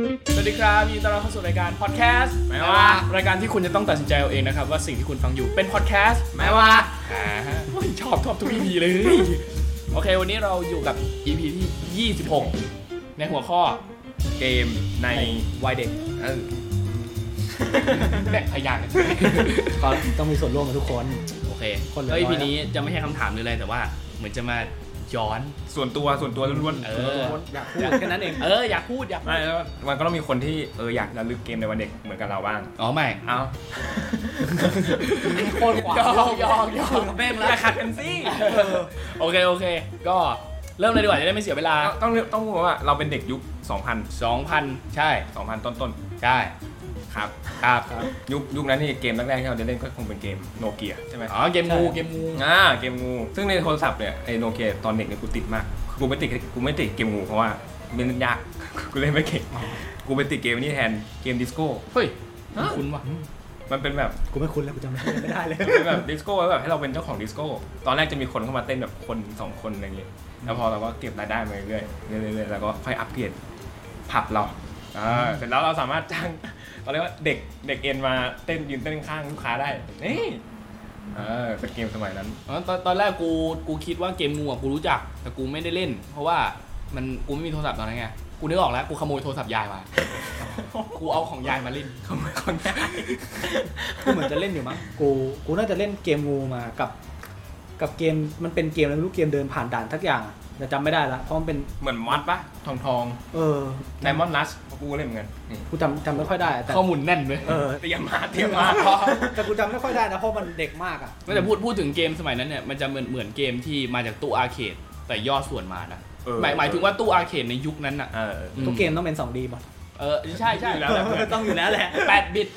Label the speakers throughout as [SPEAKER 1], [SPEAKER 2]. [SPEAKER 1] ยินดีต้อนรับเข้าสู่รายการพอดแคสต์
[SPEAKER 2] แม้ว่า
[SPEAKER 1] รายการที่คุณจะต้องตัดสินใจเอาเองนะครับ ว่าสิ่งที่คุณฟังอยู่เป็นพอดแคสต์
[SPEAKER 2] ไม่ว่า
[SPEAKER 1] อ่าฮะโอ้ยชอบชอบทุก EP เลย โอเค วันนี้เราอยู่กับ EP ที่ 26 ในหัวข้อ
[SPEAKER 2] เกมใน
[SPEAKER 1] ในวัยเด็ก
[SPEAKER 2] เออ
[SPEAKER 1] แบ่งพยานกัน
[SPEAKER 3] ก็ต้องมีส่วนร่วมกับทุกคน
[SPEAKER 1] โอเค
[SPEAKER 3] คนละ
[SPEAKER 1] เอ้ย
[SPEAKER 3] ร้อ
[SPEAKER 1] EP
[SPEAKER 3] ย
[SPEAKER 1] นี้จะไม่ใช่คำถามหรืออะไรแต่ว่า เหมือนจะมาย้อน
[SPEAKER 2] ส่วนตัวส่วนตัวล้วนๆ
[SPEAKER 1] เออ
[SPEAKER 3] อยากพูดแค่นั้นเอง
[SPEAKER 1] เอออยากพูดอยากพูด
[SPEAKER 2] ไม่แล้วมันก็ต้องมีคนที่เอออยากระลึกเกมในวันเด็กเหมือนกับเราบ้าง
[SPEAKER 1] อ๋อไม่
[SPEAKER 2] เอา
[SPEAKER 3] โคตรกว่า
[SPEAKER 1] ยอกยอกยอก
[SPEAKER 2] แม่งแล้วขัดกันสิ
[SPEAKER 1] โอเคโอเค ก็เริ่มเลยดีกว่าจะได้ไม่เสียเวลา
[SPEAKER 2] ต้องต้องพูดว่าเราเป็นเด็กยุค 2000
[SPEAKER 1] 2,000 ใช่
[SPEAKER 2] 2000 ต้น
[SPEAKER 1] ใช่
[SPEAKER 2] ๆครับ
[SPEAKER 1] ครับ
[SPEAKER 2] ยุคยุคนั้นนี่เกมแรกๆที่เราจะเล่นก็คงเป็นเกมโนเกียใช่ไหม
[SPEAKER 1] อ๋อเกมงูเกมงู
[SPEAKER 2] อ่าเกมงู ซึ่งในโทรศัพท์เนี่ยไอโนเกียตอนเด็กเนี่ยกูติดมากคือกูไม่ติดกูไม่ติดเกมงูเพราะว่ามันเล่นยาก กูเล่นไม่เก่งกูไปติดเกมนี้แทนเกมดิสโก้
[SPEAKER 1] เฮ้ย
[SPEAKER 2] ฮะ
[SPEAKER 1] คุณว่ะ
[SPEAKER 2] มันเป็นแบบ
[SPEAKER 3] กูไม่คุ้นแล้วกูจำอะไรไม่ได้เลย
[SPEAKER 2] เป็นแบบดิสโก้แล้วแบบให้เราเป็นเจ้าของดิสโก้ ตอนแรกจะมีคนเข้ามาเต้นแบบคนสองคนอะไรอย่างเงี้ย แล้วพอเราก็เก็บรายได้มาเรื่อยๆเรื่อยๆเรื่อยๆแล้วก็ค่อยอัปเกรดผับเราอ่าเสร็จแล้วเราสามารถจ้างเราเรียกว่าเด็กเด็กเอ็นมาเต้นยืนเต้นข้างลูกค้าได้ นี่เออเป็นเกมสมัยนั้น
[SPEAKER 1] อ๋อตอนตอนแรกกูกูคิดว่าเกมงูอ่ะกูรู้จัก แต่กูไม่ได้เล่น เพราะว่ามันกูไม่มีโทรศัพท์ตอนนั้นไงกูนึกออกแล้วกูขโมยโทรศัพท์ยายมา กูเอาของยายมาเล่นขโมยของยาย
[SPEAKER 3] กูเหมือนจะเล่นอยู่มั้ง กู กูน่าจะเล่นเกมงูมากับ กับเกมมันเป็นเกมอะไรไม่รู้เกมเดินผ่านด่านทักอย่างอะแต่จำไม่ได้ละ เพราะมันเป็น
[SPEAKER 2] เหมือนมอดปะทองทอง
[SPEAKER 3] เออ
[SPEAKER 2] ไดมอนด์ลัสกูเล่นเหมือนกันนี่
[SPEAKER 3] กูจำจำไม่ค่อยได้อะแต่
[SPEAKER 1] ข้อมูลแน่นเลย
[SPEAKER 3] เออ
[SPEAKER 2] เตรียมมาเตรียมมา
[SPEAKER 3] แต่กูจำไม่ค่อยได้นะเพราะมันเด็กมากอ่ะ
[SPEAKER 1] ไม่แต่พูดพูดถึงเกมสมัยนั้นเนี่ยมันจะเหมือนเหมือนเกมที่มาจากตู้อาร์เคดแต่ย่อส่วนมานะ
[SPEAKER 2] เออ
[SPEAKER 1] หมายหมายถึงว่าตู้อาร์เคดในยุคนั้นอ่ะ
[SPEAKER 2] เออ
[SPEAKER 3] ทุกเกมต้องเป็น 2D หมด
[SPEAKER 1] เออใช่ใช่
[SPEAKER 2] อยู่แล้วแหละ
[SPEAKER 3] ต้องอยู่แล้วแหละ
[SPEAKER 1] แปดบิต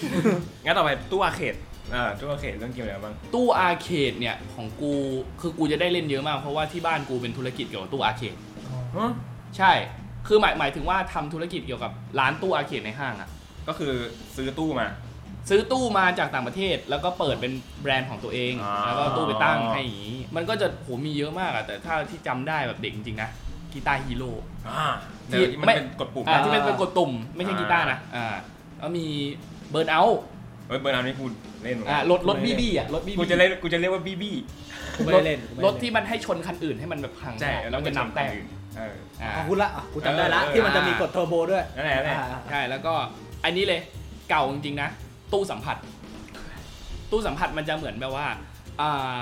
[SPEAKER 2] งั้นต่อไปตู้อาเขตอ่าตู้อาเขตเรื่องเกมอะไรบ้าง
[SPEAKER 1] ตู้อาร์เคดเนี่ยของกูคือกูจะได้เล่นเยอะมากเพราะว่าที่บ้านกูเป็นธุรกิจเกี่ยวกับตู้อาร์เคดใช่ คือหมายหมายถึงว่าทำธุรกิจเกี่ยวกับร้านตู้อาร์เคดในห้างอะ
[SPEAKER 2] ก็คือซื้อตู้มา
[SPEAKER 1] ซื้อตู้มาจากต่างประเทศ แล้วก็เปิดเป็นแบรนด์ของตัวเอง
[SPEAKER 2] อ๋อ
[SPEAKER 1] แล้วก็เอาตู้ไปตั้งให้อย่างนี้ มันก็จะโหมีเยอะมากอะแต่ถ้าที่จำได้แบบเด็กจริงๆนะกีตาร์ฮีโร่
[SPEAKER 2] อ่า
[SPEAKER 1] ที่
[SPEAKER 2] เดี๋ยวมัน
[SPEAKER 1] ไม่
[SPEAKER 2] เป็นกดปุ่ม
[SPEAKER 1] อ่า
[SPEAKER 2] นะ
[SPEAKER 1] ที่เป็นเป็นกดตุ่มไม่ใช่กีตาร์นะอ่าแล้วมีเบิร์นเอาท์
[SPEAKER 2] เฮ้ยเบอร์นานี่กูเล่นเหมือน
[SPEAKER 1] อ่า
[SPEAKER 2] กัน
[SPEAKER 1] รถรถบีบีอ่ะรถบีบี
[SPEAKER 2] กูจะเล่นกูจะเรียกว่าบีบี้
[SPEAKER 3] กูไม่
[SPEAKER 1] ร
[SPEAKER 3] ได้
[SPEAKER 1] ถ
[SPEAKER 3] เล่นกูไม่ได้เล่น
[SPEAKER 1] รถที่มันให้ชนคันอื่นให้มันแบบพังได้แล้วมันจะนับแต้ม
[SPEAKER 2] เออ
[SPEAKER 1] อ่า
[SPEAKER 3] อ่ะกูละอ่ะกูจำได้ละ
[SPEAKER 2] เออ
[SPEAKER 3] ที่มันจะมีกดเทอร์โบด้วย
[SPEAKER 2] นั่นแหละนั่นแหละ
[SPEAKER 3] อ่า
[SPEAKER 1] ใช่แล้วก็อันนี้เลยเก่าจริงๆนะ ตู้สัมผัส ตู้สัมผัสมันจะเหมือนแบบว่าอ่า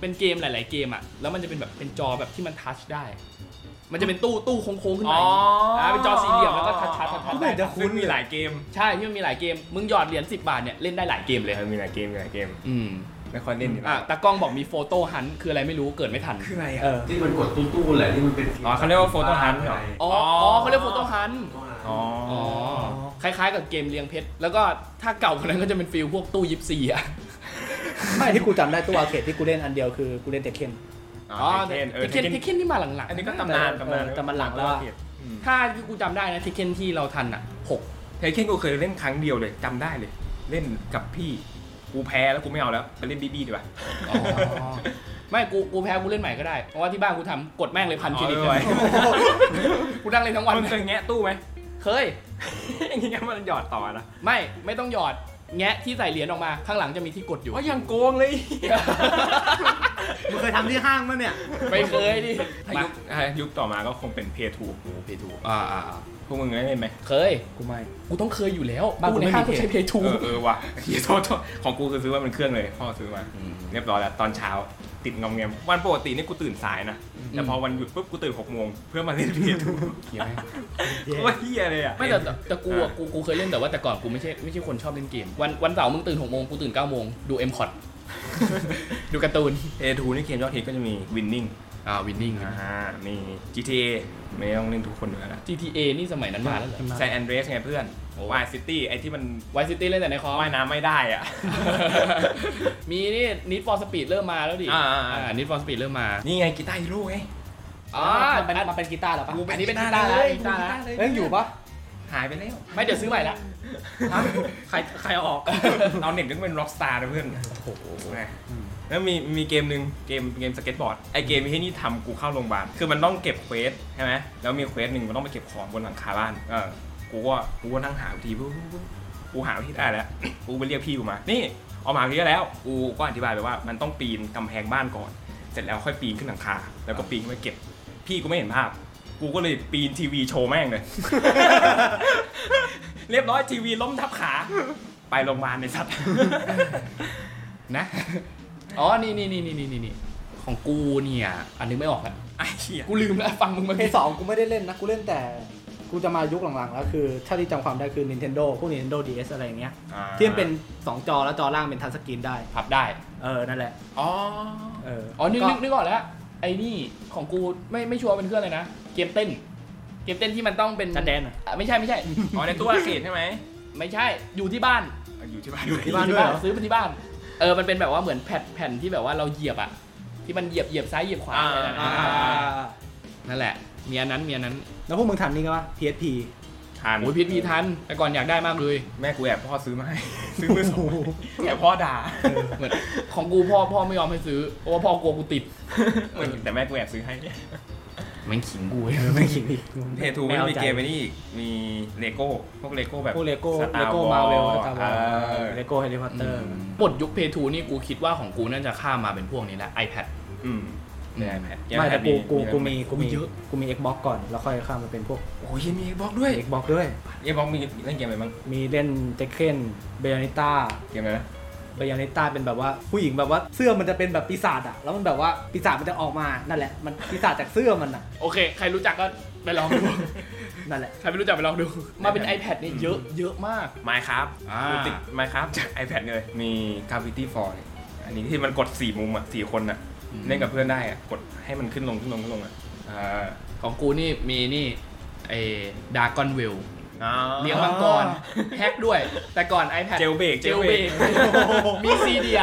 [SPEAKER 1] เป็นเกมหลาย ๆ เกมอ่ะแล้วมันจะเป็นแบบเป็นจอแบบที่มันทัชได้ มันจะเป็นตู้ตู้โค้งๆขึ้นมาอย่างงี้อ่าเป็นจอสี่เหลี่ยมแล้วก็ทัชทัชทัชทัช
[SPEAKER 3] ไม่เห็นจะคุ้น
[SPEAKER 2] ซึ่งมีหลายเกม
[SPEAKER 1] ใช่ที่มันมีหลายเกม มึงหยอดเหรียญ10 บาทเนี่ยเล่นได้หลายเกมเลย
[SPEAKER 2] เออมีหลายเกมมีหลายเกม
[SPEAKER 1] อืม
[SPEAKER 2] ไม่ค่อยเล่นอยู่
[SPEAKER 1] อ่ะ
[SPEAKER 2] แล้ว
[SPEAKER 1] ตากล้องบอกมีโฟโต้ฮันต์คืออะไรไม่รู้เกิดไม่ทัน
[SPEAKER 2] คืออะไร
[SPEAKER 3] เอ
[SPEAKER 2] อ่ะ
[SPEAKER 3] อ
[SPEAKER 4] ที่มันกดตู้ๆแหละที่มันเป็น
[SPEAKER 2] อ๋อเขาเรียกว่าโฟโต้ฮันต์เหรอ
[SPEAKER 1] อ๋ออ๋อเขาเรียกโฟโต้ฮันต์
[SPEAKER 2] อ๋อ
[SPEAKER 1] อ๋อคล้ายๆ กับเกมเรียงเพชรแล้วก็ถ้าเก่ากว่านั้นก็จะเป็นฟิลพวกตู้ยิปซีอ่ะ
[SPEAKER 3] ไม่ที่กูจำได้ตัวอาร์เคดที่กูเล่นอันเดียวคือกูเล่นเทคเคน
[SPEAKER 2] อ๋
[SPEAKER 1] อ๋อ
[SPEAKER 2] อเทคเคนเออ
[SPEAKER 1] เทคเคน
[SPEAKER 2] เทคเคน
[SPEAKER 1] เทคเคนที่มาหลัง
[SPEAKER 2] อัน
[SPEAKER 1] ๆ
[SPEAKER 2] นี้
[SPEAKER 1] นะ
[SPEAKER 2] ก็ตำนานตำนาน
[SPEAKER 3] แต่มันหลังแล้วอะ
[SPEAKER 2] อืม
[SPEAKER 1] ถ้าที่กูจำได้นะเทคเคนที่เราทันอ่ะหก
[SPEAKER 2] เทคเคนกูเคยเล่นครั้งเดียวเลยจำได้เลย เล่นกับพี่กูแพ้แล้วกูไม่เอาแล้วไปเล่นบีบี้ดีกว่า
[SPEAKER 1] ไม่กูกูแพ้กูเล่นใหม่ก็ได้ เพราะว่าที่บ้านกูทำกดแม่งเลยพัน
[SPEAKER 2] อ๋
[SPEAKER 1] เค
[SPEAKER 2] อ
[SPEAKER 1] รดิต
[SPEAKER 2] ไม่ไหว
[SPEAKER 1] กูนั่งเล่นทั้งวัน
[SPEAKER 2] มันเคยแงะตู้ไหม
[SPEAKER 1] เคย
[SPEAKER 2] อย่างเงี้ยมันหยอดต่อนะ
[SPEAKER 1] ไม่ไม่ต้องหยอดแงะที่ใส่เหรียญออกมาข้างหลังจะมีที่กดอยู่
[SPEAKER 2] ว่ายังโกงเลย
[SPEAKER 3] มึงเคยทำที่ห้างมั้ยเนี่ย
[SPEAKER 1] ไม่เคยดิ
[SPEAKER 2] ยุค อ่ะยุคต่อมาก็คงเป็นเพย์ทู
[SPEAKER 1] เพทูอ่าอ่า
[SPEAKER 2] พวกมึงได้เล่นไหม
[SPEAKER 1] เคย
[SPEAKER 3] กูไม่
[SPEAKER 1] กูต้องเคยอยู่แล้ว
[SPEAKER 3] บ้านกู
[SPEAKER 1] ตู้ใน
[SPEAKER 3] ไม่มี
[SPEAKER 1] ห้างกู
[SPEAKER 3] Pay
[SPEAKER 1] ใช้เพทู
[SPEAKER 2] เออเออว่ะ เฮียโทษโทษของกูคือซื้อมาเป็นเครื่องเลย พ่อซื้อมา เรียบร้อยแล้ว ตอนเช้าติดงอมแงมวันปกตินี่กูตื่นสายนะ แต่พอวันหยุดปุ๊บกูตื่นหกโมงเพื่อมาเล่นเพ ย์ทูโคตรเฮียเลยอ่ะ
[SPEAKER 1] ไม่แต่แต่แต่กูอะกูกูเคยเล่นแต่ว่าแต่ก่อนกูไม่ใช่ไม่ใช่คนชอบเล่นเกม วันวันเสาร์มึงตื่นหกโมงกูตื่นเก้าโมงดูเอ็มคอด ดูการ์ตูน
[SPEAKER 2] เพย์ทูนี่เกมยอดฮิตก็จะมีวินนิ่ง
[SPEAKER 1] อ่าวินนิ่ง
[SPEAKER 2] อ่ามี GTA ไม่ต้องเล่นทุกคนอยู่แล้วนะ
[SPEAKER 1] GTA นี่สมัยนั้นมาแล้วเหรอ
[SPEAKER 2] แซนแอนเดรสไงเพื่อน
[SPEAKER 1] โอ้
[SPEAKER 2] วายซิตี้ไอที่มัน
[SPEAKER 1] ไวซิตี้เล่นแต่ในคอม
[SPEAKER 2] ว่ายน้ำไม่ได้อ่ะ
[SPEAKER 1] มีนี่ Need for Speed เริ่มมาแล้วดิ
[SPEAKER 2] อ่าอ่าอ่า
[SPEAKER 1] อ่า Need for Speed เริ่มมา
[SPEAKER 2] นี่ไงกีตาร์ฮีโร่ไง
[SPEAKER 1] อ๋อ
[SPEAKER 3] มันเป็นมันเป็นกีตาร์เหรอปะ
[SPEAKER 1] อันนี้เป็นกีตาร์แล้วกีตาร์แล้ว
[SPEAKER 3] เอ้ยยังอยู่ปะ
[SPEAKER 2] หายไปแล้ว
[SPEAKER 1] ไม่เดี๋ยวซื้อใหม่ละ
[SPEAKER 2] ใครใครเอาออก เราเน็ตก็เป็นร็อกสตาร์นะเพื่อน
[SPEAKER 3] โอ้โห
[SPEAKER 2] นะ
[SPEAKER 3] อืม
[SPEAKER 2] แล้วมีมีเกมหนึ่งเกมเกมสเก็ตบอร์ด ไอเกมที่นี่ทำกูเข้าโรงพยาบาล คือมันต้องเก็บเควสใช่ไหมแล้วมีเควสหนึ่งมันต้องไปเก็บของบนหลังคาบ้าน เออ กูก็กูก็นั่งหาวิธีปุ๊บปุ๊บปุ๊บกูหาวิธีได้แล้ว กูไปเรียกพี่กูมา นี่ออกมาวิธีแล้ว กูก็อธิบายไปว่ามันต้องปีนกำแพงบ้านก่อน เสร็จแล้วค่อยปีนขึ้นหลังคา แล้วก็ปีนขึ้นไปเก็บ พี่กูไม่เห็นภาพ กูก็เลยปีนทีวีโชว์แม่งเลย เรียบร้อยทีวีล้มทับขา ไปโรงพยาบาลในสัตว์
[SPEAKER 1] นะ อ๋อ นี่นี่นี่นี่นี่นี่ของกูเนี่ย อันนึกไม่ออกละ
[SPEAKER 2] ไอ้เหี้ย
[SPEAKER 1] กูลืมแล้วฟังมึงมา
[SPEAKER 3] เพย์สองกูไม่ได้เล่นนะ กูเล่นแต่กูจะมายุคหลังๆแล้วคือถ้าที่จำความได้คือ Nintendo พวก Nintendo DS อะไรอย่างเงี้ยที่มันเป็น 2 จอแล้วจอล่างเป็นทัชสกรีนได้
[SPEAKER 1] พับได้
[SPEAKER 3] เออ นั่นแหละ
[SPEAKER 2] อ๋อ
[SPEAKER 3] เออ
[SPEAKER 1] อ๋อ นึก
[SPEAKER 3] ก็
[SPEAKER 1] นึกนึกออกแล้ว ไอ้นี่ของกูไม่ไม่ชัวร์เป็นเครื่องเลยนะ เกมเต้น เกมเต้นที่มันต้องเป็น
[SPEAKER 3] จัดแดนอะ
[SPEAKER 1] อ่ะไม่ใช่ ไม่ใช่
[SPEAKER 2] อ๋อในตู้อาเกตใช่ไหม
[SPEAKER 1] ไม่ใช่ อยู่ที่บ้าน
[SPEAKER 2] อ่ะอยู่ที่บ้าน
[SPEAKER 3] อยู่ที่บ้าน
[SPEAKER 1] อยู่
[SPEAKER 3] ด้วยเหรอ
[SPEAKER 1] ซื้อมาที่บ้าน เออ มันเป็นแบบว่าเหมือนแผ่นแผ่นที่แบบว่าเราเหยียบอะที่มันเหยียบเหยียบซ้ายเหยียบขวาอะไรนั่น
[SPEAKER 2] อ่า
[SPEAKER 1] อะนั่นแหละ มีอันนั้นมีอันนั้น
[SPEAKER 3] แล้วพวกมึงทันนี่กันปะ PSP
[SPEAKER 2] ทาน
[SPEAKER 1] โอ้ยพีทพีทัน แต่ก่อนอยากได้มากเลย
[SPEAKER 2] แม่กูแอบพ่อซื้อมา ให้ ซื้อมือสองแอบพ่อด่า
[SPEAKER 1] เหมือนของกูพ่อพ่อไม่ยอมให้ซื้อเพราะว่าพ่อกลัวกูติด
[SPEAKER 2] เหมือนแต่แม่กูแอบซื้อให้
[SPEAKER 1] แม่งขิงกูเว้ย
[SPEAKER 3] เออไม่ขิงอีก
[SPEAKER 2] เททู
[SPEAKER 3] ไ
[SPEAKER 2] มันมี
[SPEAKER 3] อาใจ
[SPEAKER 2] เกมไอ้นี่อีก มีเลโก้ พวกเลโก้แบบ
[SPEAKER 3] พวกเลโก้
[SPEAKER 2] สตา
[SPEAKER 3] เล
[SPEAKER 2] ร์
[SPEAKER 3] โก้
[SPEAKER 2] วอ
[SPEAKER 3] มา
[SPEAKER 2] ล
[SPEAKER 3] เวล
[SPEAKER 2] เออ
[SPEAKER 3] เลโก้แฮร์รี่พอตเตอร์
[SPEAKER 1] หมดยุคเพทูนี่กูคิดว่าของกูน่าจะข้ามมาเป็นพวกนี้แหละ iPad
[SPEAKER 2] อืม
[SPEAKER 1] อืม
[SPEAKER 2] ไอแพด
[SPEAKER 3] ไม่แต่กูกูกูมีกูมี
[SPEAKER 1] เยอะ
[SPEAKER 3] กูมี Xbox ก่อนแล้วค่อยข้ามมาเป็นพวก
[SPEAKER 2] โอ้ยยังมีบล็อกด้วย
[SPEAKER 3] Xbox ด้วย
[SPEAKER 2] เอ็กบอกมีเล่นเกมอะไรบ้าง
[SPEAKER 3] มีเล่นเจคเคนเบยานิต้า
[SPEAKER 2] เกมอะไรนะ
[SPEAKER 3] เบยานิต้าเป็นแบบว่าผู้หญิงแบบว่าเสื้อมันจะเป็นแบบปีศาจอะแล้วมันแบบว่าปีศาจมันจะออกมานั่นแหละ มันปีศาจจากเสื้อมันอะ
[SPEAKER 1] โอเค ใครรู้จักก็ไปลองดู
[SPEAKER 3] นั่นแหละ
[SPEAKER 1] ใครไม่รู้จักไปลองดู มาเป็น iPad เนี่ยเยอะเยอะมาก
[SPEAKER 2] ไมค์ครับ
[SPEAKER 1] อ่า
[SPEAKER 2] กูติดไมค์ครับจาก iPad เลย มีคาฟิตี้ฟอร์อันนี้ที่มันกดสี่มุมอ่ะสี่คนอ่ะ เล่นกับเพื่อนได้อ่ะ กดให้มันขึ้นลงขึ้นลงขึ้นลงอ่ะอ่า
[SPEAKER 1] ของกูนี่มีนี่ไอ้ดากอนวิลเลี้ยงมังกรแฮกด้วย แต่ก่อน iPad
[SPEAKER 2] เจลเบรก
[SPEAKER 1] เจลเบรก มีซีเดีย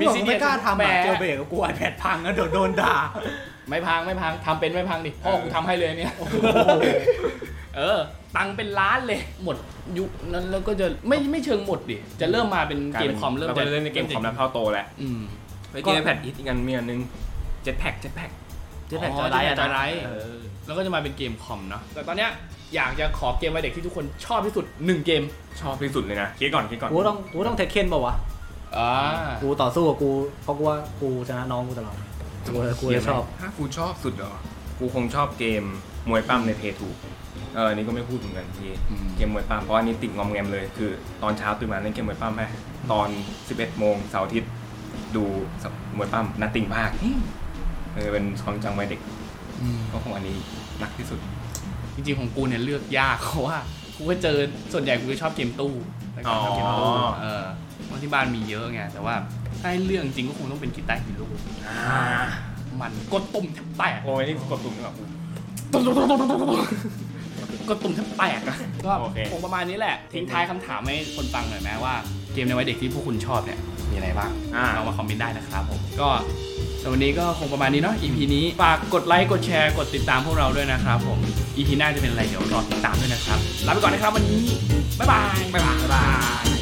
[SPEAKER 3] มีสิ่งไม่กล้าทำ
[SPEAKER 1] แหม
[SPEAKER 3] อ่ะเจลเบรกกับกูไอแพดพังอะเดี๋ยวโดนด่า
[SPEAKER 1] ไม่พังไม่พังทำเป็นไม่พังดิพ่อกูทำให้เลยเนี่ย เออ ตังค์เป็นล้านเลย หมดยุคนั้นแล้วก็จะไม่ไม่เชิงหมดดิ จะเริ่มมาเป็นเกมคอมเริ่ม
[SPEAKER 2] จะเล่นในเกมคอมแล้วเข้าโตแล้ว
[SPEAKER 1] อืม
[SPEAKER 2] ไปเกมแพดอีกอันมีอันนึงเจ็ตแพ็กเจ็ตแพ็ก
[SPEAKER 3] Jetpack
[SPEAKER 1] อ๋อ
[SPEAKER 3] Joyride อะ
[SPEAKER 1] Jetpack
[SPEAKER 3] นะ
[SPEAKER 1] Joyride
[SPEAKER 3] เออ
[SPEAKER 1] แล้วก็จะมาเป็นเกมคอมเนาะแต่ตอนเนี้ยอยากจะขอเกมวัยเด็กที่ทุกคนชอบที่สุดหนึ่งเกม
[SPEAKER 2] ชอบที่สุดเลยนะคิดก่อนคิดก่อน
[SPEAKER 3] กูต้องกูต้องเทคเคนป่าวะ
[SPEAKER 1] อ่า
[SPEAKER 3] กูต่อสู้กับกูเพราะกูว่ากูชนะน้องกูตลอดกูเลยกูเลยชอบ
[SPEAKER 2] ถ้ากูชอบสุดเหรอกูคงชอบเกมมวยปั้มในเพทูเอออันนี้ก็ไม่พูดเหมือนกันพี่เกมมวยปั้มเพราะอันนี้ติดงอมแงมเลยคือ ตอนเช้าตื่นมาเล่นเกมมวยปั้มไหมตอน 11โมงเสาร์อาทิตย์ดูมวยปั้มนัตติงภาคเออเป็นความจำวัยเด็ก
[SPEAKER 1] อืม
[SPEAKER 2] ก็คงอันนี้รักที่สุด
[SPEAKER 1] จริงๆของกูเนี่ยเลือกยาก เพราะว่ากูก็เจอส่วนใหญ่กูจะชอบเกมตู้แต่ก่อนชอบเกมตู้
[SPEAKER 2] อ๋อ
[SPEAKER 1] เออเพราะที่บ้านมีเยอะไงแต่ว่าถ้าให้เรื่องจริงก็คงต้องเป็นกีตาร์ฮีโร่มันกดตุ่มแทบแตก
[SPEAKER 2] โอ้ยนี่กดตุ่มหรือเปล่า
[SPEAKER 1] ก็ตุ่มแทบแตกอะก็
[SPEAKER 2] โอเค
[SPEAKER 1] คงประมาณนี้แหละ ทิ้งท้ายคำถามให้คนฟังหน่อยไหมว่าเกมในวัยเด็กที่พวกคุณชอบเนี่ย มีอะไรบ้าง
[SPEAKER 2] อ่า
[SPEAKER 1] เรามาคอมเมนต์ได้นะครับผม ก็สำหรับวันนี้ก็คงประมาณนี้เนาะ EP นี้ ฝากกดไลค์ กดแชร์ กดติดตามพวกเราด้วยนะครับผม EP หน้าจะเป็นอะไรเดี๋ยวรอติดตามด้วยนะครับ ลาไปก่อนนะครับวันนี้ บ๊ายบาย บ๊ายบาย